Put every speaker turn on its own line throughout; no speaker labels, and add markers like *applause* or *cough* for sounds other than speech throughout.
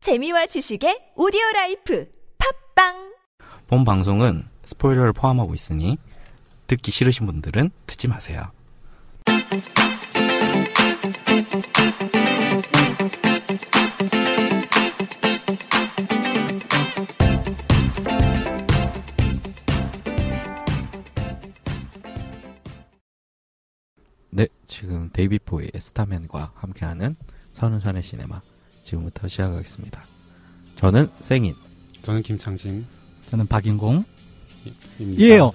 재미와 지식의 오디오 라이프 팝빵
본 방송은 스포일러를 포함하고 있으니 듣기 싫으신 분들은 듣지 마세요. 네, 지금 데이비포의 스타맨과 함께하는 선운산의 시네마 지금부터 시작하겠습니다. 저는 생인
저는 김창진.
저는 박인공.
입니다.
예요.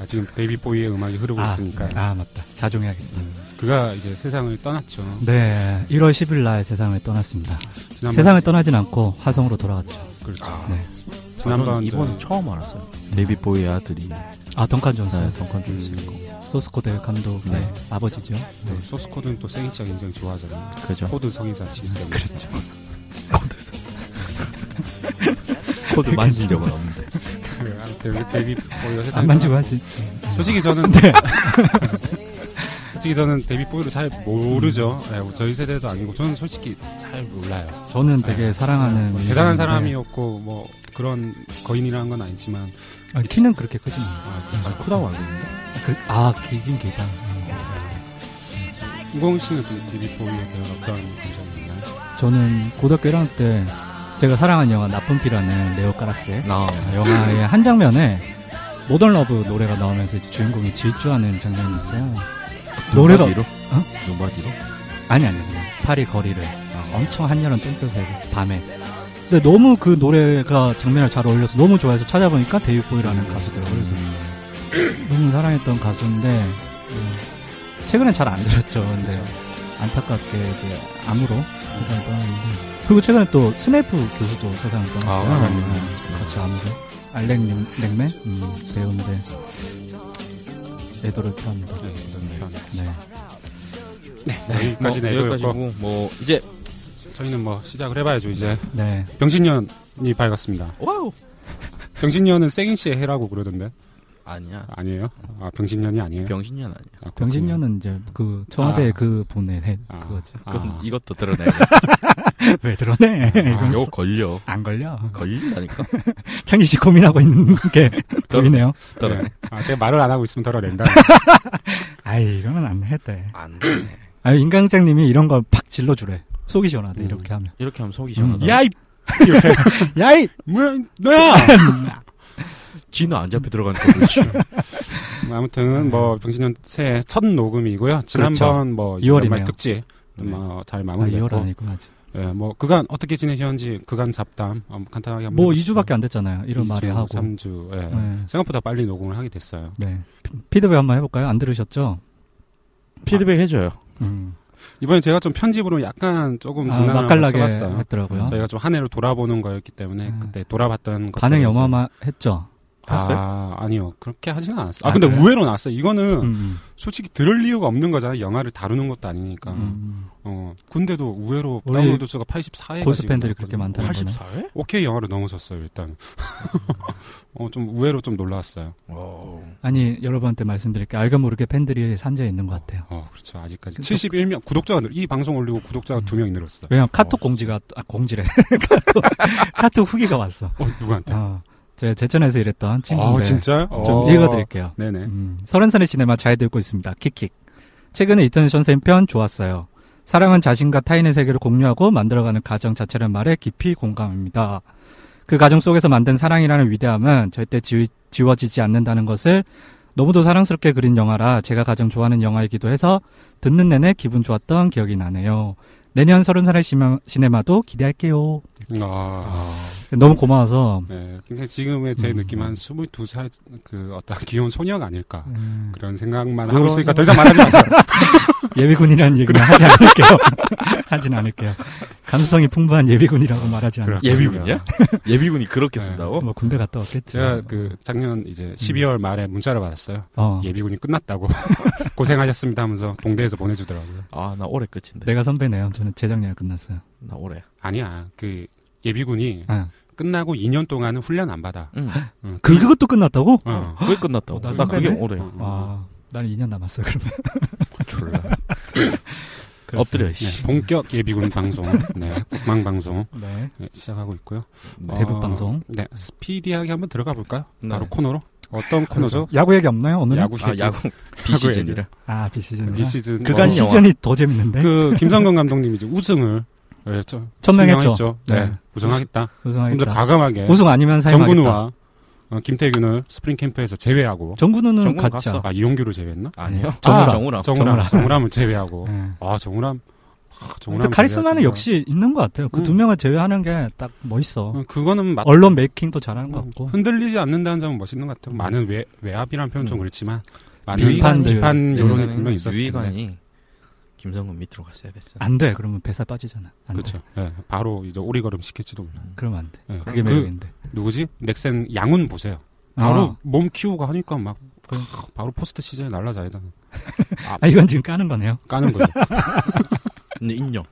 아, 지금 데이비 보이의 음악이 흐르고
아,
있으니까
아 맞다. 자중해야겠다.
그가 이제 세상을 떠났죠.
네, 1월 10일 날 세상을 떠났습니다.
지난번,
세상을 떠나진 않고 화성으로 돌아갔죠.
그렇죠.
네.
지난번
이번은 처음 알았어요. 데이비 보이의 아들이
아 던칸 존스, 음,
네, 덩컨 존스인 거.
소스코드 감독,
네.
네. 아버지죠.
네, 소스 코드는 또 세이지가 굉장히 좋아하잖아요.
그죠?
코드 성의사 시스템. *laughs*
그렇죠.
*laughs* 코드 만진 적은 없는데.
그, 아무튼 데이비 보이가 세상을
안 만지고 하지.
떠났- 솔직히 저는
네.
*laughs* 솔직히 저는 데이비 보이를 잘 모르죠. 네, 저희 세대도 아니고 저는 솔직히 잘 몰라요.
저는 되게 사랑하는
뭐 대단한
인간인데,
사람이었고 뭐 그런 거인이라는 건 아니지만
아, 키는 그렇게 크지 만
아, 그렇죠.
크다고 알겠는데?
그, 아 길긴 길다. 음.
우공 씨는 그 데이비 보이에 대한 어떤 감정이 있나요?
저는 고등학교 1학년 때 제가 사랑한 영화 나쁜 피라는 레오 까락스의
나
영화의 한 장면에 모던 러브 노래가 나오면서 이제 주인공이 질주하는 장면이 있어요. 노래가
노바디로?
어?
노바디로?
아니 아니 그냥 파리 거리를 아, 엄청 한여름 땡볕에 밤에 근데 너무 그 노래가 장면을 잘 어울려서 너무 좋아해서 찾아보니까 데이보이라는 가수더라고요 그래서
음.
너무 사랑했던 가수인데 음, 최근엔 잘 안 들었죠 근데 안타깝게 이제 암으로 세상을 떠났는데 그리고 최근에 또 스네이프 교수도 세상을 떠났어요
아,
음, 같이 암으로 알렉 랭- 랭맨 음, 배우인데 애도를 표합니다
네, 일단
네.
네, 여기까지
뭐,
내도였고
여기까지고 뭐 이제
저희는 뭐 시작을 해봐야죠 이제
네.
병신년이 밝았습니다
와우!
병신년은 세긴 씨의 해라고 그러던데
아니야.
아니에요? 아 병신년이 아니에요?
병신년 아니야.
아, 그렇군요.
병신년은 이제 그 청와대
아.
그 분의 해,
아.
그거지.
아,
그럼 이것도 드러내.
*laughs* 왜 드러내?
아,
이건
이거 걸려.
안 걸려.
걸린다니까?
창희 씨 고민하고 있는 게 보이네요.
드러내.
네. 아, 제가 말을 안 하고 있으면 덜어낸다 *laughs*
아이 이러면 안 해대.
안 드러내.
아 인강장님이 이런 걸 팍 질러주래. 속이 시원하대
음.
이렇게 하면. 음.
이렇게 하면 속이
음.
시원하다.
야이
야이
뭐야 너야
진우 안 잡혀 들어가니까 그렇지. 음.
아무튼
네.
뭐 병신년 새해 첫 녹음이고요 지난번 뭐
그렇죠. 이월이네요.
연말 특집 어,
네.
뭐잘
아, 2월
마무리했고
아니구나. 아직.
예, 뭐 그간 어떻게 지내셨는지 그간 잡담 어, 간단하게 한번
뭐
해보시죠.
2주밖에 안 됐잖아요. 이런 말이 하고.
3주 예.
네.
생각보다 빨리 녹음을 하게 됐어요
네. 피- 피드백 한번 해볼까요? 안 들으셨죠?
피드백 해줘요.
음.
이번에 제가 좀 편집으로 약간 조금
아,
장난을
맛깔나게
한번 쳐봤어요. 네,
했더라고요.
저희가 좀 한 해를 돌아보는 거였기 때문에
음.
그때 돌아봤던 것들
반응이 어마어마했죠.
봤어요?
아, 아니요 그렇게 하진 않았어요. 아,
아,
근데
그래요?
우회로 나왔어요. 이거는
음,
솔직히 들을 이유가 없는 거잖아요. 영화를 다루는 것도 아니니까.
음.
어, 군대도 우회로
우리
다운로드 수가 84회.
고스 팬들이 그렇게
아,
많다는 거는.
84회?
오케이 영화로 넘어섰어요 일단. *laughs* 어, 좀 우회로 좀 놀라웠어요.
아니 여러분한테 말씀드릴게요. 알게 모르게 팬들이 산재에 있는 것 같아요.
어, 그렇죠. 아직까지
그-
71명 구독자가 늘, 이 방송 올리고 구독자가
음.
두 명이 늘었어.
왜냐면 카톡 공지가 또- 아 공지래 *laughs* 카톡, 카톡 후기가 왔어.
어, 누구한테?
어, 제가 제천에서 일했던 친구인데
어, 진짜?
좀 읽어드릴게요.
네네.
음, 설현산의 시네마 잘 들고 있습니다. 킥킥. 최근에 이턴 선생 편 좋았어요. 사랑은 자신과 타인의 세계를 공유하고 만들어가는 가정 자체라는 말에 깊이 공감합니다. 그 가정 속에서 만든 사랑이라는 위대함은 절대 지워지지 않는다는 것을 너무도 사랑스럽게 그린 영화라 제가 가장 좋아하는 영화이기도 해서 듣는 내내 기분 좋았던 기억이 나네요. 내년 서른살의 시마- 시네마도 기대할게요.
아.
너무 고마워서
네, 굉장히 지금의 제
음.
느낌 한 22살 그 어떤 귀여운 소녀가 아닐까
음,
그런 생각만
그런
하고 있으니까 더 이상 말하지 마세요.
*laughs* 예비군이라는 얘기는 하지 않을게요. *laughs* 하진 않을게요. 감수성이 풍부한 예비군이라고 말하지 않을게요.
예비군이야? 예비군이 그렇게 쓴다고?
뭐 군대 갔다 왔겠지.
제가 어? 그 작년
음.
이제 12월 말에 문자를 받았어요.
어,
예비군이 끝났다고 *laughs* 고생하셨습니다 하면서 동대에서 보내주더라고요.
아, 나 올해 끝인데.
내가 선배네요. 저는 재작년에 끝났어요.
나 올해.
아니야, 그 예비군이
아,
끝나고 2년 동안은 훈련 안 받아.
응.
응,
그 그것도 끝났다고? 아,
어. 음.
그게 끝났다고.
어, 나
나 그게
선배네?
올해.
어, 어. *laughs*
아, 나는 2년 남았어. 그러면
졸라. 엎드려,
그렇습니다.
씨.
네, 본격 예비군 방송, 네, *laughs* 국망 방송
네.
네, 시작하고 있고요.
네.
대북
어,
방송.
네, 스피디하게 한번 들어가 볼까요?
네.
바로 코너로. 어떤 코너죠?
그러니까 야구 얘기 없나요 그렇죠. 오늘? 은
그 *laughs* 야구
아, 야구 비시즌이라.
아 비시즌.
이 시즌
그간
뭐,
영화.
시즌이 더 재밌는데. *laughs*
그 김성근 감독님이 이제 우승을 예, 저-
천명했죠.
천명했죠. 네.
네.
우승하겠다.
우승하겠다. 네.
먼저 과감하게
우승 아니면 사임하겠다.
정근우와 어, 김태균을 스프링 캠프에서 제외하고
정근우는
정근우
갔죠.
갔어.
아 이용규를 제외했나?
아니요.
정우람.
아, 정우람.
정우람
정우람.
정우람을 제외하고
네.
아 정우람 아,
근데
정우람
카리스마는
제외하고.
역시 있는 것 같아요. 그 두
음.
명을 제외하는 게 딱 멋있어.
어, 그거는 맞
언론 메이킹도 잘하는 것
음,
같고.
흔들리지 않는다는 점은 멋있는 것 같아요. 많은 외, 외압이라는 표현 좀
음.
그렇지만 많은
비판들.
비판 여론이
예전에는
네, 분명 히 있었을 텐데
네. 유희관이 김성근 밑으로 갔어야 됐어.
안 돼. 그러면 배사 빠지잖아. 안 돼.
그렇죠. 예, 바로 이제 오리걸음 시킬지도 몰라.
그러면 안 돼.
예,
그게
그
매력인데.
누구지? 넥센 양훈 보세요. 바로
아,
몸 키우고 하니까 막
그
크, 바로 포스트 시즌에 날라자이다.
아, 이건 지금
*laughs*
까는 거네요.
*laughs*
까는 거죠.
근데 인정.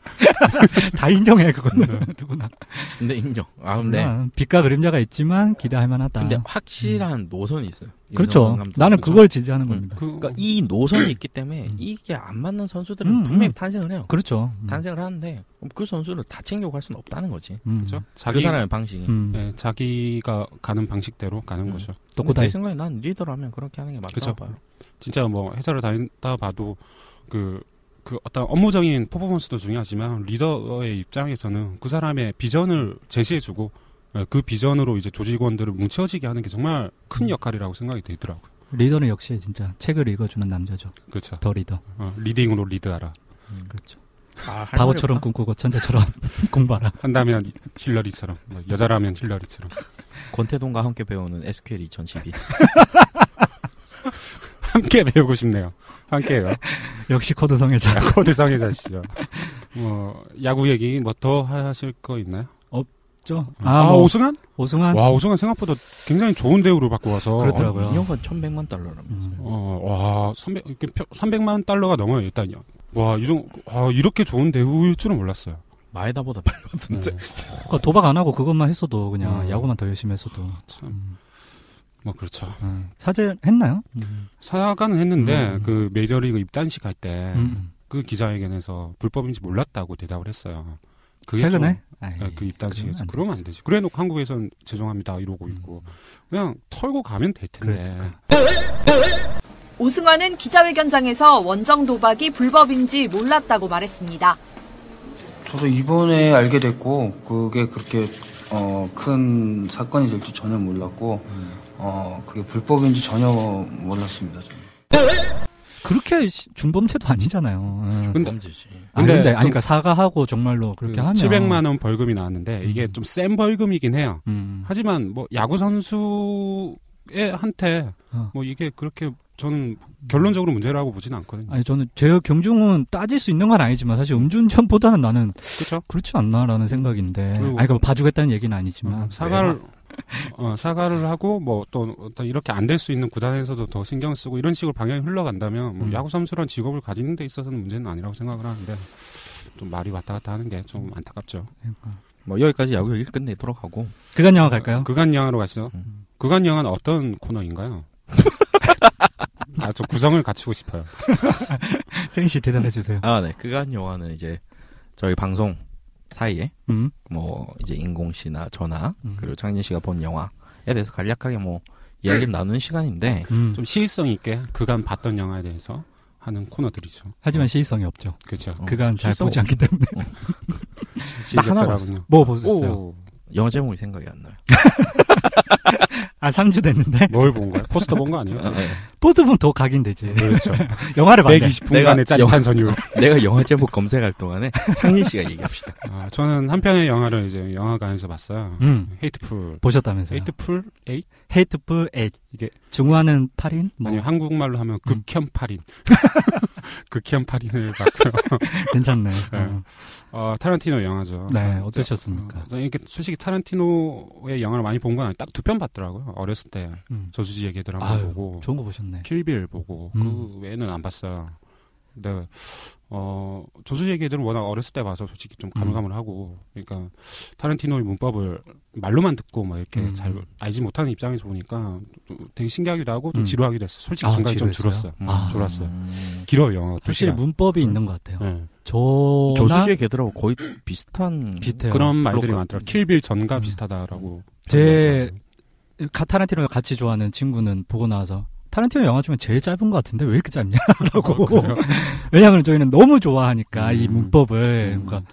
다 인정해 그거는 *laughs* 누구나.
근데 인정. 아, 근데
물론 빛과 그림자가 있지만 기대할 만하다. 음.
근데 확실한 노선이 있어요.
그렇죠.
임성근 감독.
나는
그렇죠.
그걸 지지하는 겁니다.
그,
그러니까 이 노선이 있기 때문에
음.
이게 안 맞는 선수들은
음,
분명히
음.
탄생을 해요.
그렇죠. 음.
탄생을 하는데 그 선수를 다 챙겨 갈 수는 없다는 거지.
음.
그죠? 자기
그 사람의 방식이.
음.
예, 자기가 가는 방식대로 가는
음.
거죠.
놓고
근데
다이.
내 생각에 난 리더라면 그렇게 하는 게 맞다고
그쵸.
봐요.
진짜 뭐 회사를 다니다 봐도 그, 그 어떤 업무적인 퍼포먼스도 중요하지만 리더의 입장에서는 그 사람의 비전을 제시해주고 예, 그 비전으로 이제 조직원들을 뭉쳐지게 하는 게 정말 큰 역할이라고 생각이 되더라고요.
리더는 역시 진짜 책을 읽어주는 남자죠.
그렇죠.
더 리더.
어, 리딩으로 리드하라.
음.
그렇죠.
*laughs*
아, 할
바보처럼
말이
꿈꾸고 천재처럼 *laughs* 공부하라.
한다면 힐러리처럼, 뭐 여자라면 힐러리처럼. *laughs*
없다. 권태동과 함께 배우는 SQL 2012.
함께 배우고 싶네요. 함께요. *laughs*
역시 코드 성애자.
야코드 상해자시죠. 뭐 야구 얘기 뭐 더 하실 거 있나요?
죠
아,
아, 뭐
오승환?
오승환.
와 오승환 생각보다 굉장히 좋은 대우를 받고 와서
그렇더라고요. 뭐라고요?
2년간 1,100만 달러라면서요.
음.
어와 300 이렇게 표- 300만 달러가 넘어요 일단요. 와 이런 와 이렇게 좋은 대우일 줄은 몰랐어요.
마에다보다 빨리
네,
받던데.
그러니까 도박 안 하고 그것만 했어도 그냥
음.
야구만 더 열심히 했어도
참,
음.
뭐 그렇죠.
음. 사죄했나요?
음. 사과는 했는데
음.
그 메이저리그 입단식 할 때 그
음.
기자회견에서 불법인지 몰랐다고 대답을 했어요. 그게 좀
최근에? 아이,
예, 그 입당식에서
그러면 안 음.
그러면 안 되지. 그래놓고 한국에선 죄송합니다 이러고 있고 그냥 털고 가면 될 텐데.
그러니까.
오승환은 기자회견장에서 원정 도박이 불법인지 몰랐다고 말했습니다.
저도 이번에 알게 됐고 그게 그렇게 어, 큰 사건이 될지 전혀 몰랐고 어, 그게 불법인지 전혀 몰랐습니다. 저는.
그렇게 시- 중범죄도 아니잖아요. 음.
근데-
범죄지.
아니,
근데
근데
좀-
아니 그러니까 사과하고 정말로 그렇게 하면
700만 원 벌금이 나왔는데 이게
음.
좀 센 벌금이긴 해요.
음.
하지만 뭐 야구 선수의 한테
어.
뭐 이게 그렇게 저는 결론적으로 문제라고 보지는 않거든요.
아니 저는 죄의 경중은 따질 수 있는 건 아니지만 사실 음주운전보다는 나는
그렇죠?
그렇지 않나라는 생각인데
그리고-
아니 그러니까 봐주겠다는 얘기는 아니지만
음. 네.
사과를 어, 사과를 하고 뭐 또 어떤 이렇게 안 될 수 있는 구단에서도 더 신경 쓰고 이런 식으로 방향이 흘러간다면 뭐
음.
야구 선수란 직업을 가지는 데 있어서는 문제는 아니라고 생각을 하는데 좀 말이 왔다 갔다 하는 게 좀 안타깝죠.
뭐 여기까지 야구 얘기를 끝내도록 하고.
그간 영화 갈까요?
극한 영화로 가시죠.
음.
극한 영화는 어떤 코너인가요? 아, 저 구성을 갖추고 싶어요. 어.
생씨 대답해 주세요.
아, 네. 그간 영화는 이제 저희 방송 사이에
음.
뭐 이제 인공 씨나 저나
음.
그리고 창진 씨가 본 영화에 대해서 간략하게 뭐 이야기를 나누는 시간인데
음.
좀 시의성 있게 그간 봤던 영화에 대해서 하는 코너들이죠.
하지만 시의성이 없죠.
그렇죠.
어,
그간 잘
실성
보지 않기 때문에
나 하나
시의적절하군요.
뭐 보셨어요?
오,
영화 제목이 생각이 안 나요.
아 3주 됐는데
뭘 본 거야? 포스터 본 거
*laughs*
아니에요?
아, 네.
보드분 더 각인 되지.
그렇죠.
*laughs* 영화를 봤네.
120분간의
내가-
짜릿한 선율.
*laughs* 내가 영화 제목 검색할 동안에 창진 씨가 얘기합시다.
아, 저는 한 편의 영화를 이제 영화관에서 봤어요.
음.
헤이트풀.
보셨다면서요?
헤이트풀 8?
헤이트풀 에잇
이게-
중화는 8인 뭐 음.
아니 한국말로 하면 극혐 8인. *laughs* 극혐 8인을 봤고요.
괜찮네.
*laughs* 네.
어.
어, 타란티노 영화죠.
네,
어,
어떠셨습니까?
어, 저는 이렇게 솔직히 타란티노의 영화를 많이 본 건 아니고 딱 두 편 봤더라고요. 어렸을 때
음.
저수지 얘기들 한번
아유,
보고
좋은 거 보셨네.
킬빌 보고
음.
그 외에는 안 봤어요. 근데 어, 조수지 얘기들은 워낙 어렸을 때 봐서 솔직히 좀 가물가물하고,
음.
그러니까 타란티노의 문법을 말로만 듣고 막 이렇게
음.
잘 알지 못하는 입장에서 보니까 좀 되게 신기하기도 하고 좀
음.
지루하기도 했어. 솔직히
아,
중간에 좀
지루했어요?
줄었어요.
아.
음, 줄었어요.
음.
길어요. 두
확실히
시간.
문법이 있는 것 같아요.
네.
저나
조수지의 개들하고 거의 비슷한
비슷해요.
네. 그런 말들이
그렇군요.
많더라. 킬빌 전과
음.
비슷하다라고.
제 카- 타란티노 같이 좋아하는 친구는 보고 나와서 타란티노 영화 중에 제일 짧은 것 같은데 왜 이렇게 짧냐라고. *laughs*
어,
왜냐하면 저희는 너무 좋아하니까 이
아, 음.
문법을
음.
그러니까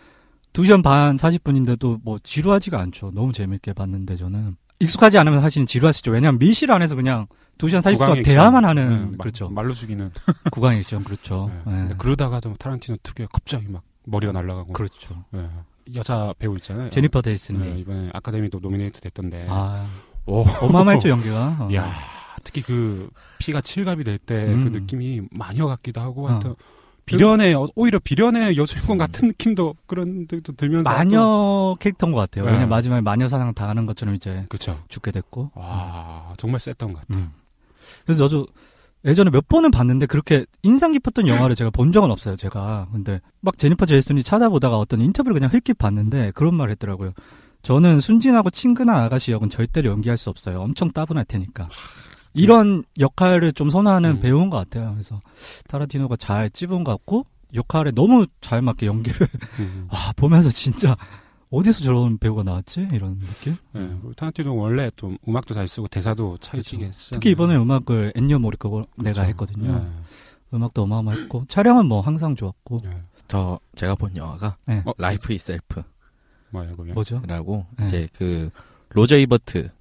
2시간 반 40분인데도 뭐 지루하지가 않죠. 너무 재밌게 봤는데 저는 익숙하지 않으면 사실 지루할 수 있죠. 왜냐하면 밀실 안에서 그냥 2시간 40분 동안 대화만 하는 그렇죠.
말로 죽이는.
구강 액션 그렇죠.
음, 네.
예.
근데 그러다가 좀 타란티노 특유의 갑자기 막 머리가 날아가고.
그렇죠.
예. 여자 배우 있잖아요.
제니퍼
예,
데이슨이
이번에 아카데미도 노미네이트 됐던데.
아
오.
어마어마했죠 연기가. 어.
*laughs* 야 특히 그 피가 칠갑이 될 때 그
음.
느낌이 마녀 같기도 하고
어.
하여튼 음. 비련의 어, 오히려 비련의 여주인공 같은 느낌도 그런 느낌도 들면서
마녀 캐릭터인 것 같아요.
네.
왜냐면 마지막에 마녀 사상 당하는 것처럼 이제
그쵸
죽게 됐고.
와 정말 셌던 것 같아.
그래서 저도 예전에 몇 번은 봤는데 그렇게 인상 깊었던 영화를 제가 본 적은 없어요, 제가. 근데 막 제니퍼 제이슨이 찾아보다가 어떤 인터뷰를 그냥 흘낏 봤는데 그런 말을 했더라고요. 저는 순진하고 친근한 아가씨 역은 절대로 연기할 수 없어요. 엄청 따분할 테니까. 이런 역할을 좀 선호하는
음.
배우인 것 같아요. 그래서 타라티노가 잘 찝은 것 같고 역할에 너무 잘 맞게 연기를
음.
와 보면서 진짜 어디서 저런 배우가 나왔지 이런 느낌.
예, 그리고 타란티노 원래 좀 음악도 잘 쓰고 대사도 차이치게 했어.
특히 이번에 음악을 엔니오 모리코가 내가
네.
했거든요. 음악도 어마어마했고 촬영은 뭐 항상 좋았고
저 제가 본 영화가
네.
예, 어?
라이프 이셀프라고
뭐야 그게?
뭐죠?
네, 라 이제 그 로저 이버트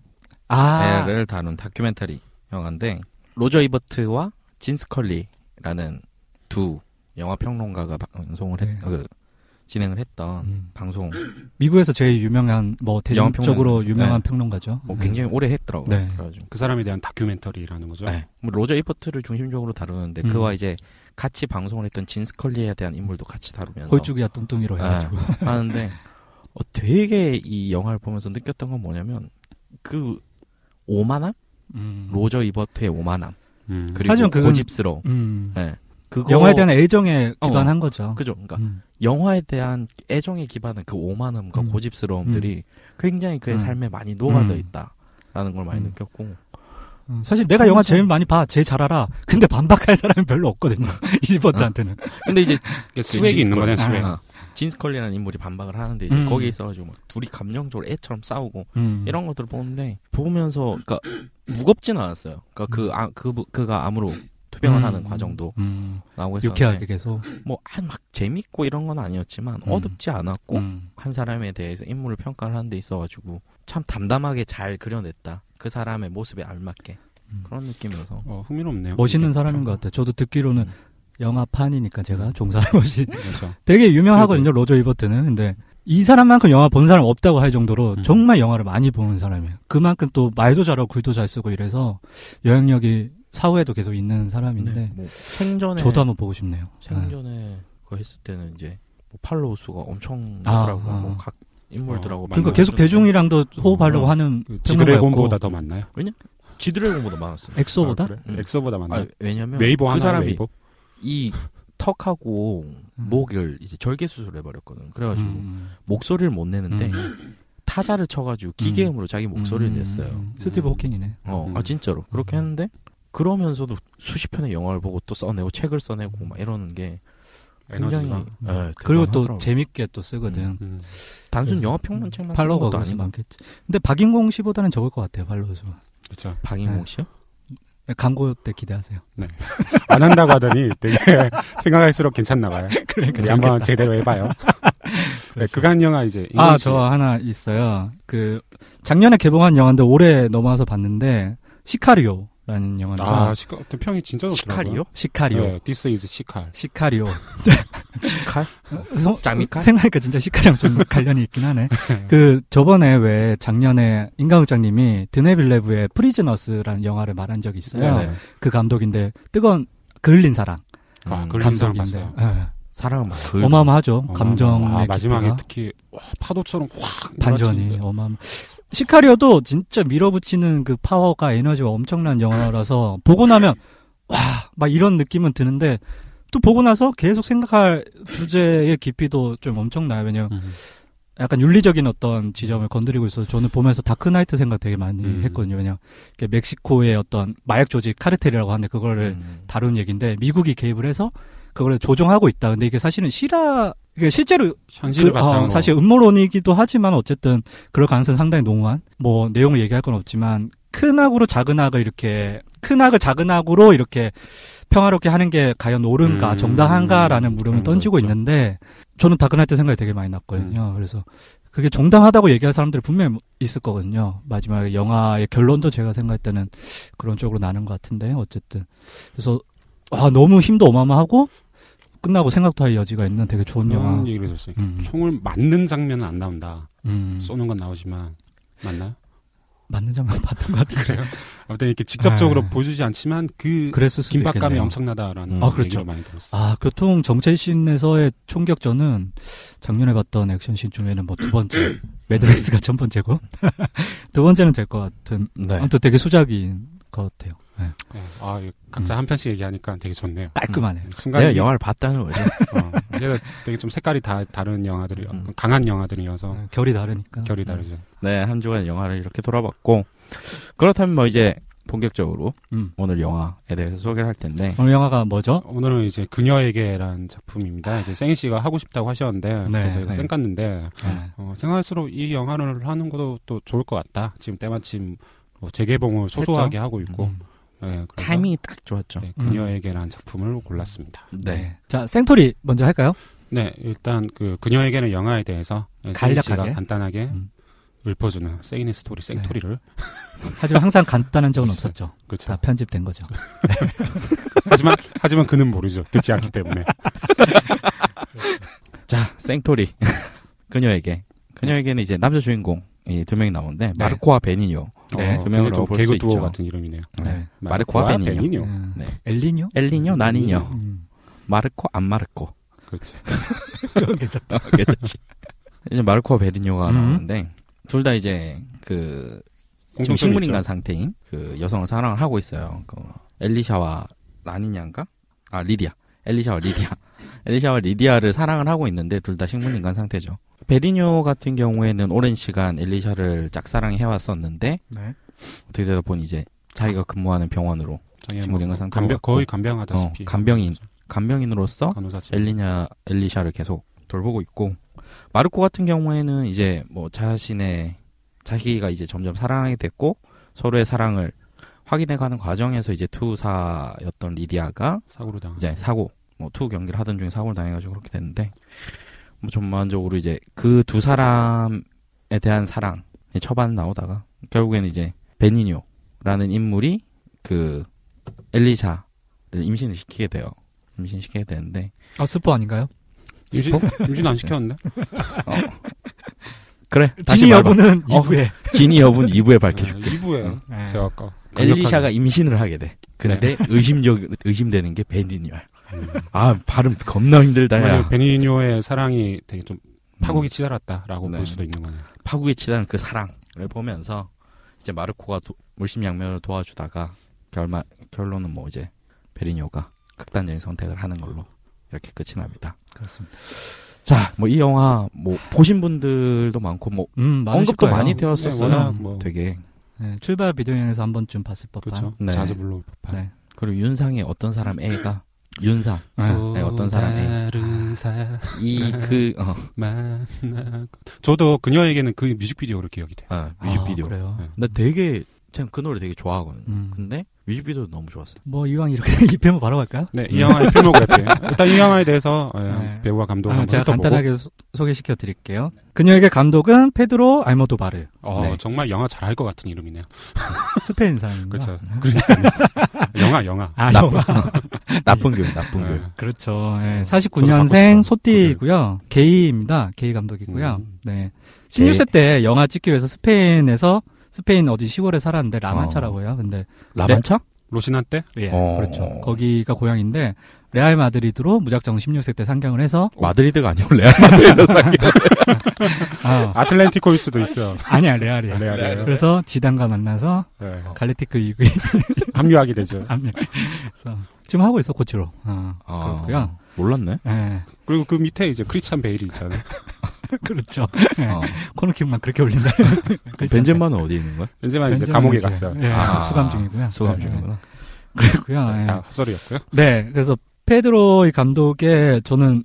아,
를 다룬 다큐멘터리 영화인데 로저 이버트와 진 스컬리라는 두 영화 평론가가 방송을 했,
네.
그, 진행을 했던
음.
방송 어,
미국에서 제일 유명한 뭐
영화
대중적으로
평론가죠.
유명한
네.
평론가죠.
뭐
네.
굉장히 오래 했더라고요.
네.
그래가지고
그 사람에 대한 다큐멘터리라는 거죠.
네. 뭐 로저 이버트를 중심적으로 다루는데
음.
그와 이제 같이 방송을 했던 진 스컬리에 대한 인물도 같이 다루면서 네.
홀쭉이야 뚱뚱이로
*laughs*
해가지고
하는데 어, 되게 이 영화를 보면서 느꼈던 건 뭐냐면 그 오만함
음.
로저 이버트의 오만함
음.
그리고
하지만 그건-
고집스러움
음.
예. 그거
영화에 대한 애정에
어.
기반한 거죠.
그죠 그러니까
음.
영화에 대한 애정에 기반한 그 오만함과
음.
고집스러움들이 굉장히 그의
음.
삶에 많이 녹아져
음.
있다라는 걸 많이
음.
느꼈고
음, 사실 내가 영화 제일 많이 봐, 제일 잘 알아. 근데 반박할 사람이 별로 없거든요. *laughs* 이집버트한테는.
근데 이제
이게 스웩이 있는 거네
*laughs* 스웨.
스웩.
아, 진스컬리라는 인물이 반박을 하는데 이제
음.
거기에 있어가지고 막 둘이 감정적으로 애처럼 싸우고
음.
이런 것들을 보는데 보면서 그러니까 무겁진 않았어요. 그러니까 그, 아, 그 부- 그가 암으로 투병을
음.
하는 과정도
음.
나오고 했었는데
유쾌하게 계속.
뭐한막 재밌고 이런 건 아니었지만
음.
어둡지 않았고
음.
한 사람에 대해서 인물을 평가를 하는 데 있어가지고 참 담담하게 잘 그려냈다. 그 사람의 모습에 알맞게
음.
그런 느낌이어서
어, 흥미롭네요.
멋있는 사람인 것 같아요. 저도 듣기로는
음.
영화판이니까 제가 종사할것이 *laughs*
그렇죠.
되게 유명하거든요. 로저 이버트는. 근데 이 사람만큼 영화 본 사람 없다고 할 정도로
음.
정말 영화를 많이 보는 사람이에요. 그만큼 또 말도 잘하고 글도 잘 쓰고 이래서 영향력이 사후에도 계속 있는 사람인데
네, 뭐 생전에
저도 한번 보고 싶네요. 네.
생전에 그거 했을 때는 이제 뭐 팔로우 수가 엄청나더라고요.
아, 아.
뭐 각 인물들하고
어,
그러니까
만나가지고.
계속 대중이랑도 호흡하려고
음.
하는
그
평론가였고
지드래곤보다 더 많나요?
지드래곤보다 많았어요.
엑소보다
아, 그래?
음.
엑소보다 많나요?
아, 왜냐면
네이버
그
하나
사람이
네이버.
이 턱하고 목을 이제 절개 수술해 버렸거든. 그래가지고
음.
목소리를 못 내는데 타자를 쳐가지고 기계음으로 자기 목소리를
음.
냈어요.
스티브 호킹이네.
어,
음.
아 진짜로 그렇게 했는데 그러면서도 수십 편의 영화를 보고 또 써내고 책을 써내고 막 이러는 게 굉장히
에너지가.
예,
음. 그리고 또
대단하더라고요.
재밌게 또 쓰거든.
음.
단순
그래서-
영화 평론 책만 쓰는
팔로워가
것도
그래서
아니고
많겠지. 근데 박인공 씨보다는 적을 것 같아요. 팔로워 수.
그렇죠.
박인공
네.
씨요?
광고 때 기대하세요.
안 한다고 하더니 되게 *laughs* 생각할수록 괜찮나
*laughs*
봐요.
그러니까
우리 한번 제대로 해봐요.
그렇죠.
네, 그간 영화 이제
아,
인공지능.
저 하나 있어요. 그 작년에 개봉한 영화인데 올해 넘어와서 봤는데 시카리오라는 영화입니다.
아 시카 어떤 평이 진짜 좋더라고요.
시칼이요?
시카리오.
네, This is 시칼.
시카리오.
시칼?
성-
장미칼?
생각하니까 진짜 시카리랑 좀 관련이 있긴 하네. 그 저번에 왜 작년에 인간극장님이 드네빌레브의 프리즈너스라는 영화를 말한 적이 있어요.
네네.
그 감독인데 뜨거운 그을린 사랑
아,
음,
그걸 인상
감독인데
봤어요.
예.
사랑은 막
어마어마하죠
어마어마-
감정
아, 마지막에
깊이가.
특히 와, 파도처럼 확
반전이
몰아치는데.
어마어마. 시카리오도 진짜 밀어붙이는 그 파워가 에너지가 엄청난 영화라서 보고 나면 와 막 이런 느낌은 드는데 또 보고 나서 계속 생각할 주제의 깊이도 좀 엄청나요. 왜냐면
음.
약간 윤리적인 어떤 지점을 건드리고 있어서 저는 보면서 다크나이트 생각 되게 많이
음.
했거든요. 왜냐면 이게 멕시코의 어떤 마약 조직 카르텔이라고 하는데 그거를
음.
다룬 얘기인데 미국이 개입을 해서 그걸 조종하고 있다. 근데 이게 사실은 실화 이게 실제로
현실을
그,
바탕으로
어, 사실 음모론이기도 하지만 어쨌든 그럴 가능성 상당히 농후한 뭐 내용을 얘기할 건 없지만 큰 악으로 작은 악을 이렇게 큰 악을 작은 악으로 이렇게 평화롭게 하는 게 과연 옳은가
음,
정당한가라는 물음을
그런
던지고
거였죠. 음.
있는데 저는 다크나이트 생각이 되게 많이 났거든요. 그래서 그게 정당하다고 얘기할 사람들이 분명히 있을 거거든요. 마지막에 영화의 결론도 제가 생각할 때는 그런 쪽으로 나는 것 같은데 어쨌든 그래서 아 너무 힘도 어마어마하고 끝나고 생각도 할 여지가 있는 되게 좋은 영화.
그런 얘기를 했었어요.
음.
총을 맞는 장면은 안 나온다.
음.
쏘는 건 나오지만 맞나요?
맞는 장면 *laughs* 봤던 것 같은데. 그래요?
아무튼 이렇게 직접적으로
네.
보여주지 않지만 그
그랬을 수도
긴박감이
있겠네요.
엄청나다라는
음.
아, 그렇죠.
얘기를 많이 들었어요.
아, 교통 정체신에서의 총격전은 작년에 봤던 액션신 중에는 뭐 두 번째, 매드맥스가 첫 번째고, *laughs* 두 번째는 될 것 같은,
네.
아무튼 되게 수작인 것 같아요. 네.
예. 아, 이거 각자 한 편씩 얘기하니까 되게 좋네요.
음. 깔끔하네.
순간
내가 영화를 봤다는 거죠.
어, 얘가 되게 좀 색깔이 다 다른 영화들이
음.
강한 영화들이어서
어, 결이 다르니까.
결이 다르죠.
*laughs* 네, 한 주간 영화를 이렇게 돌아봤고 그렇다면 뭐 이제 본격적으로
음.
오늘 영화에 대해서 소개를 할 텐데
오늘 영화가 뭐죠?
오늘은 이제 그녀에게라는 작품입니다. 이제 생 씨가 하고 싶다고 하셨는데
아. 네,
그래서 제가
네.
생 깠는데
네.
어, 생각할수록 이 영화를 하는 것도 또 좋을 것 같다. 지금 때마침 뭐 재개봉을 소소하게 하고 있고
그렇죠. 음.
예, 그래서
타이밍이 딱 좋았죠.
네, 그녀에게라는 작품을 골랐습니다.
네.
자, 생토리 먼저 할까요?
네, 일단 그 그녀에게는 영화에 대해서 생 씨가
간략하게?
간단하게
음.
읊어주는 세인의 스토리, 생토리를
네.
하지만 항상 간단한 적은 없었죠.
그렇죠.
다 편집된 거죠.
하지만 하지만 그는 모르죠. 듣지 않기 때문에.
자, 생토리. *laughs* 그녀에게. 그녀에게는 이제 남자 주인공 이 두 명이
네.
나오는데 마르코와 베니뇨.
네.
두 명으로
어, 굉장히 좀
볼수
개그
있죠.
두오 같은 이름이네요.
네.
마르코와
마르코와 베니뇨.
음.
네.
엘리뇨?
엘리뇨, 나니뇨.
음.
마르코, 안 마르코. *laughs*
그렇죠.
그건 괜찮
괜찮지. 이제 마르코와 베니뇨가
음.
나오는데 둘 다 이제 그 지금
공통점이
식물인간
있죠.
상태인 그 여성을 사랑을 하고 있어요. 그 엘리샤와 라니냐인가? 아 리디아. 엘리샤와 리디아. *laughs* 엘리샤와 리디아를 사랑을 하고 있는데 둘 다 식물인간 상태죠. 베리뇨 같은 경우에는 오랜 시간 엘리샤를 짝사랑해 왔었는데
네.
어떻게 되다 보니 이제 자기가 근무하는 병원으로
자기가
식물인간
뭐
상태로
간병,
갔고,
거의 그렇죠.
어,
간병하다시피 그
간병인 간병인으로서
간호사지.
엘리냐 엘리샤를 계속 돌보고 있고 마르코 같은 경우에는 이제 뭐 자신의 자기가 이제 점점 사랑하게 됐고 서로의 사랑을 확인해가는 과정에서 이제 투사였던 리디아가
사고로 당한.
이제 사고 뭐 투 경기를 하던 중에 사고를 당해가지고 그렇게 됐는데 뭐 전반적으로 이제 그 두 사람에 대한 사랑 처반 나오다가 결국에는 이제 베니뇨라는 인물이 그 엘리샤를 임신을 시키게 돼요. 임신시키게 되는데
아, 스포 아닌가요?
임신 *laughs* 임신 안 시켰는데.
네, 어. *laughs* 그래 다시
진위
말해봐 *laughs*
여부는
어.
이후에.
진위 여부는 2부에 밝혀줄게
2부에
네.
제가 아까
엘리샤가 임신을 하게 돼 근데 의심적 의심되는 게 베니뇨야 아 발음 겁나 힘들다
만약
야
베니뇨의 사랑이 되게 좀 파국이
음,
치달았다라고
네.
볼 수도 있는 거네요.
파국에 치닫는 그 사랑을 보면서 이제 마르코가 도- 물심양면을 도와주다가 결마, 결론은 뭐 이제 베리뇨가 극단적인 선택을 하는 걸로 이렇게 끝이 납니다
그렇습니다.
자 뭐 이 영화 뭐 보신 분들도 많고 뭐
음, 많으실
언급도
거예요.
많이
네,
되었었어요
워낙 뭐
되게
네, 출발 비디오에서 한 번쯤 봤을 법한.
그렇죠.
네.
자주 불러.
네.
그리고 윤상의 어떤 사람 애가 윤상
네.
네, 어떤 사람이.
다른 사람
이 그 어,
만나. 저도 그녀에게는 그 뮤직비디오로 기억이 돼요.
어, 뮤직비디오
아, 그래요.
네.
나 되게 제가 그 노래 되게 좋아하거든요.
음.
근데 뮤직비디오도 너무 좋았어요.
뭐 이왕 이렇게 *laughs* 입회면 바로 갈까요?
네, 이 영화의 필모그래피. *laughs* 일단 이 영화에 대해서 예,
네.
배우와 감독
아,
한번
제가
훑어보고.
간단하게 소, 소개시켜 드릴게요. 그녀에게 감독은 페드로 알모도바르.
어,
네.
정말 영화 잘할 것 같은 이름이네요.
스페인 사람인가?
그렇죠. 그러니까 영화 영화.
아,
나-
영화.
나쁜 교육, 나쁜
예.
교육.
그렇죠. 예,
네, 저도 네.
49년생 소띠이고요. 게이입니다. 게이 감독이고요.
음.
네. 16세 때 영화 찍기 위해서 스페인에서 스페인 어디 시골에 살았는데 라만차라고 해요. 근데 네.
라만차?
로시난 때?
예,
어.
그렇죠. 거기가 고향인데 레알 마드리드로 무작정 16세 때 상경을 해서
마드리드가 아니고 레알 마드리드 사기.
아,
아틀란티코일 수도 있어. 네,
아니야 네. 레알이야.
레알이에요. 레알.
그래서 지단과 만나서
예.
*laughs* 갈레티크 이구이
합류하게 되죠.
합류해서 지금 하고 있어 코치로. 어, 그렇고요.
아, 몰랐네.
예,
그리고 그 밑에 이제 크리스찬 베일이 있잖아요.
*laughs* 그렇죠.
어.
코너킥만 그렇게 *laughs* 올린다.
벤젠마는 어디 있는 거야?
벤제마 이제 감옥에
이제,
갔어요.
예,
아,
수감 중이고요.
수감
예,
중이구나.
그렇고요. 예.
다 헛소리였고요.
네, 그래서 페드로의 감독의 저는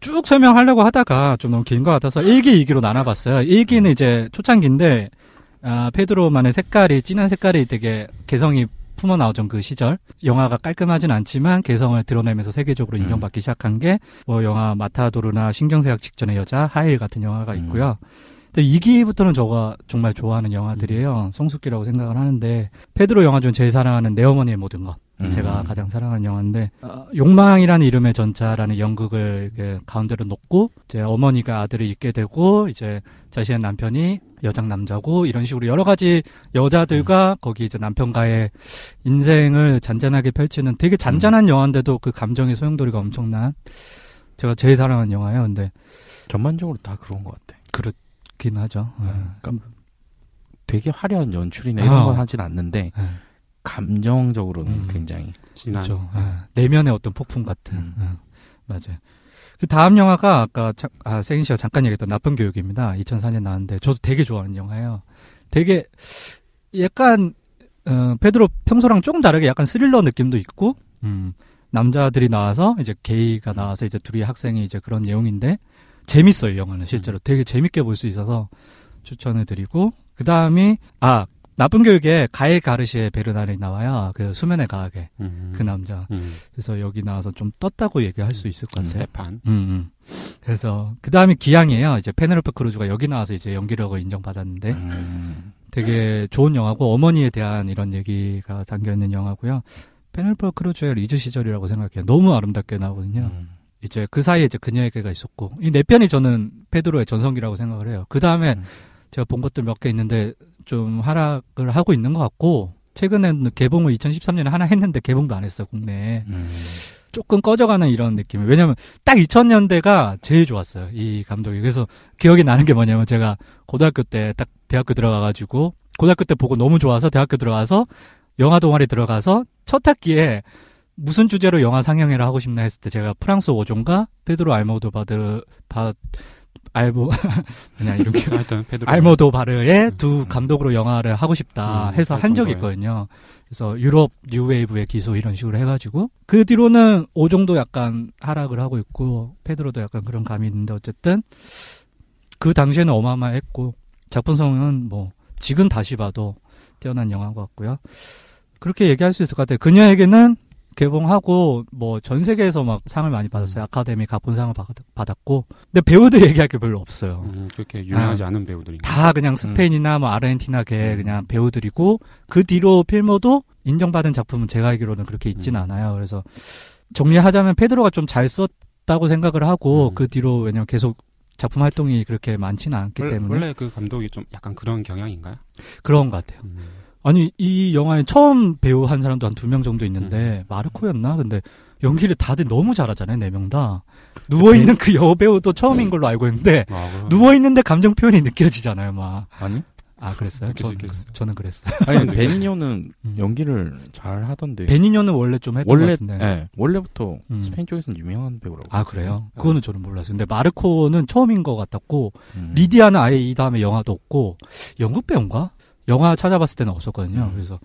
쭉 설명하려고 하다가 좀 너무 긴 것 같아서 1기, 2기로 나눠봤어요. 1기는 이제 초창기인데, 아, 페드로만의 색깔이, 진한 색깔이 되게 개성이 품어나오던 그 시절. 영화가 깔끔하진 않지만 개성을 드러내면서 세계적으로
음.
인정받기 시작한 게, 뭐, 영화 마타도르나 신경쇠약 직전의 여자, 하일 같은 영화가 있고요. 근데 2기부터는 저가 정말 좋아하는 영화들이에요. 성숙기라고 생각을 하는데, 페드로 영화 중 제일 사랑하는 내 어머니의 모든 것.
음.
제가 가장 사랑하는 영화인데 어, 욕망이라는 이름의 전차라는 연극을 이렇게 가운데로 놓고 제 어머니가 아들을 잊게 되고 이제 자신의 남편이 여장 남자고 이런 식으로 여러 가지 여자들과
음.
거기 이제 남편과의 인생을 잔잔하게 펼치는 되게
음.
잔잔한 영화인데도 그 감정의 소용돌이가 엄청난 제가 제일 사랑하는 영화예요. 근데
전반적으로 다 그런 것 같아.
긴 하죠. 어,
그러니까 되게 화려한 연출이나
아.
이런 건 하진 않는데
네.
감정적으로는
음.
굉장히
진한.
그렇죠. 예, 내면의 어떤 폭풍 같은.
음.
예, 맞아요. 그 다음 영화가 아까 자, 아, 세인 씨가 잠깐 얘기했던 나쁜 교육입니다. 2004년 나왔는데 저도 되게 좋아하는 영화예요. 되게 약간 어, 페드로 평소랑 조금 다르게 약간 스릴러 느낌도 있고 음, 남자들이 나와서 이제 게이가 나와서 이제 둘이 학생이 이제 그런 내용인데 재밌어요 이 영화는 실제로 되게 재밌게 볼 수 있어서 추천을 드리고 그 다음이 아 나쁜 교육에 가에 가르시의 베르나르 나와요 그 수면의 가학에
음.
그 남자.
음.
그래서 여기 나와서 좀 떴다고 얘기할 수 있을 것 같아요.
스테판.
음, 음. 그래서 그 다음이 기양이에요. 이제 페네로페 크루즈가 여기 나와서 이제 연기력을 인정받았는데
음.
되게 좋은 영화고 어머니에 대한 이런 얘기가 담겨 있는 영화고요. 페네로페 크루즈의 리즈 시절이라고 생각해요. 너무 아름답게 나오거든요.
음.
이제 그 사이에 이제 그녀에게가 있었고 이 네 편이 저는 페드로의 전성기라고 생각을 해요. 그 다음에
음.
제가 본 것들 몇 개 있는데 좀 하락을 하고 있는 것 같고 최근에 개봉을 2013년에 하나 했는데 개봉도 안 했어 국내에. *laughs*
음.
조금 꺼져가는 이런 느낌이 왜냐면 딱 2000년대가 제일 좋았어요 이 감독이 그래서 기억이 나는 게 뭐냐면 제가 고등학교 때 딱 대학교 들어가가지고 고등학교 때 보고 너무 좋아서 대학교 들어가서 영화 동아리 들어가서 첫 학기에 무슨 주제로 영화 상영회를 하고 싶나 했을 때 제가 프랑스 오종과 페드로 알모도바드 바 알보 *laughs* 아니야 이렇게
자, 하여튼 페드로.
알모도바르의 두 감독으로 영화를 하고 싶다
음,
해서 한
그런
적이
거예요.
있거든요. 그래서 유럽 뉴웨이브의 기소 이런 식으로 해가지고 그 뒤로는 오종도 약간 하락을 하고 있고 페드로도 약간 그런 감이 있는데 어쨌든 그 당시에는 어마어마했고 작품성은 뭐 지금 다시 봐도 뛰어난 영화인 것 같고요. 그렇게 얘기할 수 있을 것 같아요. 그녀에게는 개봉하고 뭐 전 세계에서 막 상을 많이 받았어요.
음.
아카데미 각본상을 받- 받았고 근데 배우들 얘기할 게 별로 없어요.
음, 그렇게 유명하지 않은 배우들이.
아, 다 그냥 스페인이나 뭐
음.
아르헨티나계 그냥 배우들이고 그 뒤로 필모도 인정받은 작품은 제가 알기로는 그렇게 있진
음.
않아요. 그래서 정리하자면 페드로가 좀 잘 썼다고 생각을 하고
음.
그 뒤로 왜냐면 계속 작품 활동이 그렇게 많지는 않기
원래,
때문에
원래 그 감독이 좀 약간 그런 경향인가요?
그런 것 같아요.
음.
아니 이 영화에 처음 배우 한 사람도 한 두 명 정도
음.
있는데 마르코였나? 근데 연기를 다들 너무 잘하잖아요. 네 명 다. 누워 있는 그 여배우도 처음인 걸로 알고 있는데
아, 그럼-
누워 있는데 감정 표현이 느껴지잖아요, 막.
아니?
아, 그랬어요?
느껴지-
저는,
느껴졌어요.
저는 그랬어요.
아니 근데
근데
베니뇨는
음.
연기를 잘 하던데
베니뇨는 원래 좀 했던 것
예. 원래
같은데.
예, 원래부터
음.
스페인 쪽에서는 유명한 배우라고.
아 그래요?
네.
그거는 저는 몰랐어요. 근데 마르코는 처음인 것 같았고
음.
리디아는 아예 이 다음에 영화도 없고 영국 배우인가? 영화 찾아봤을 때는 없었거든요.
음.
그래서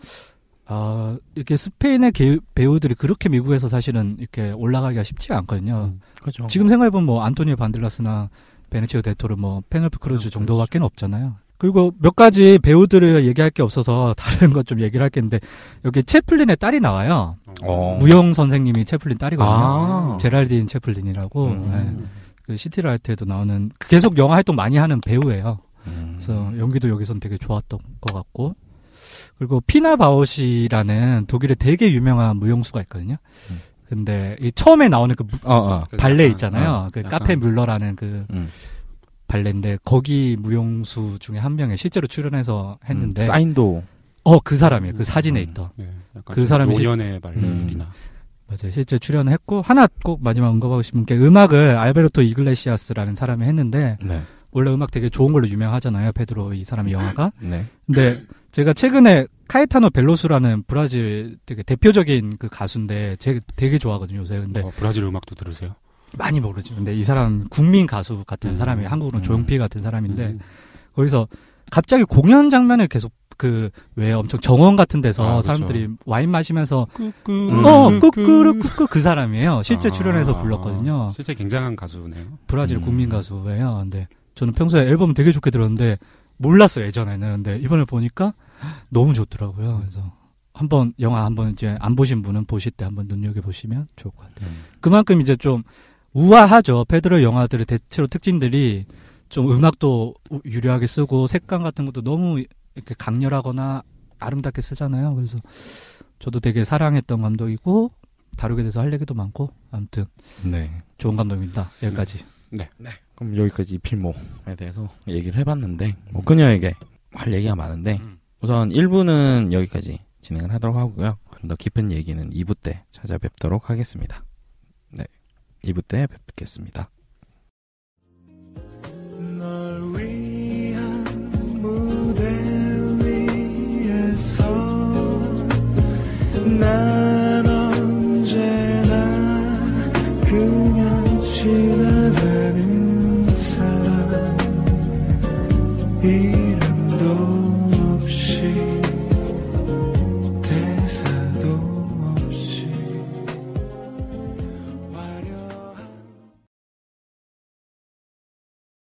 아 이렇게 스페인의 개- 배우들이 그렇게 미국에서 사실은 이렇게 올라가기가 쉽지 않거든요.
음.
그죠.
지금 생각해보면 뭐 안토니오 반델라스나 베네치오 데토르 뭐 페넬프 크루즈
아,
정도밖에 없잖아요. 그리고 몇 가지 배우들을 얘기할 게 없어서 *laughs* 다른 것 좀 얘기를 할 게 있는데 여기 채플린의 딸이 나와요.
어.
무영 선생님이 채플린 딸이거든요.
아.
제랄딘 채플린이라고
음.
예. 그 시티라이트에도 나오는 그 계속 영화 활동 많이 하는 배우예요.
음.
그래서 연기도 여기선 되게 좋았던 것 같고 그리고 피나 바웃이라는 독일의 되게 유명한 무용수가 있거든요.
음.
근데 이 처음에 나오는 그 무-
어, 어.
그
발레
약간-
있잖아요.
어,
그
약간-
카페 뮬러라는 그
음.
발레인데 거기 무용수 중에 한 명이 실제로 출연해서 했는데
음. 사인도
어 그 사람이에요. 그 사진에
음.
있던.
네, 약간
그 사람이 음. 실-
노년의 발레리나.
맞아요. 실제 출연했고 하나 꼭 마지막 언급하고 싶은 게 음악을 알베르토 이글레시아스라는 사람이 했는데
네.
원래 음악 되게 좋은 걸로 유명하잖아요. 페드로 이 사람의 영화가.
네.
근데 제가 최근에 카에타노 벨로스라는 브라질 되게 대표적인 그 가수인데 제가 되게 좋아하거든요 요새 근데
어, 브라질 음악도 들으세요?
많이 모르죠 근데 이 사람 국민 가수 같은
음.
사람이 한국으로 는
음.
조용필 같은 사람인데
음.
거기서 갑자기 공연 장면을 계속 그 왜 엄청 정원 같은 데서
아, 그쵸.
사람들이 와인 마시면서
꾸꾸
음.
어
꾸꾸.
꾸꾸르꾸꾸 그 사람이에요 실제
아,
출연해서 불렀거든요
아, 실제 굉장한 가수네요.
브라질
음.
국민 가수예요. 근데 저는 평소에 앨범 되게 좋게 들었는데 몰랐어요 예전에는. 근데 이번에 보니까 너무 좋더라고요.
음.
그래서 한번 영화 한번 이제 안 보신 분은 보실 때 한번 눈여겨 보시면 좋을 것 같아요.
음.
그만큼 이제 좀 우아하죠. 페드로 영화들의 대체로 특징들이 좀 음악도 우- 유려하게 쓰고 색감 같은 것도 너무 이렇게 강렬하거나 아름답게 쓰잖아요. 그래서 저도 되게 사랑했던 감독이고 다루게 돼서 할 얘기도 많고 아무튼
네.
좋은 감독입니다. 여기까지.
그럼 여기까지 필모에 대해서 얘기를 해봤는데 뭐 그녀에게 할 얘기가 많은데 우선 1부는 여기까지 진행을 하도록 하고요. 좀더 깊은 얘기는 2부 때 찾아뵙도록 하겠습니다. 네, 2부 때 뵙겠습니다.
널 위한 무대 위에서 난 언제나 그냥 지나가는 사람 이름도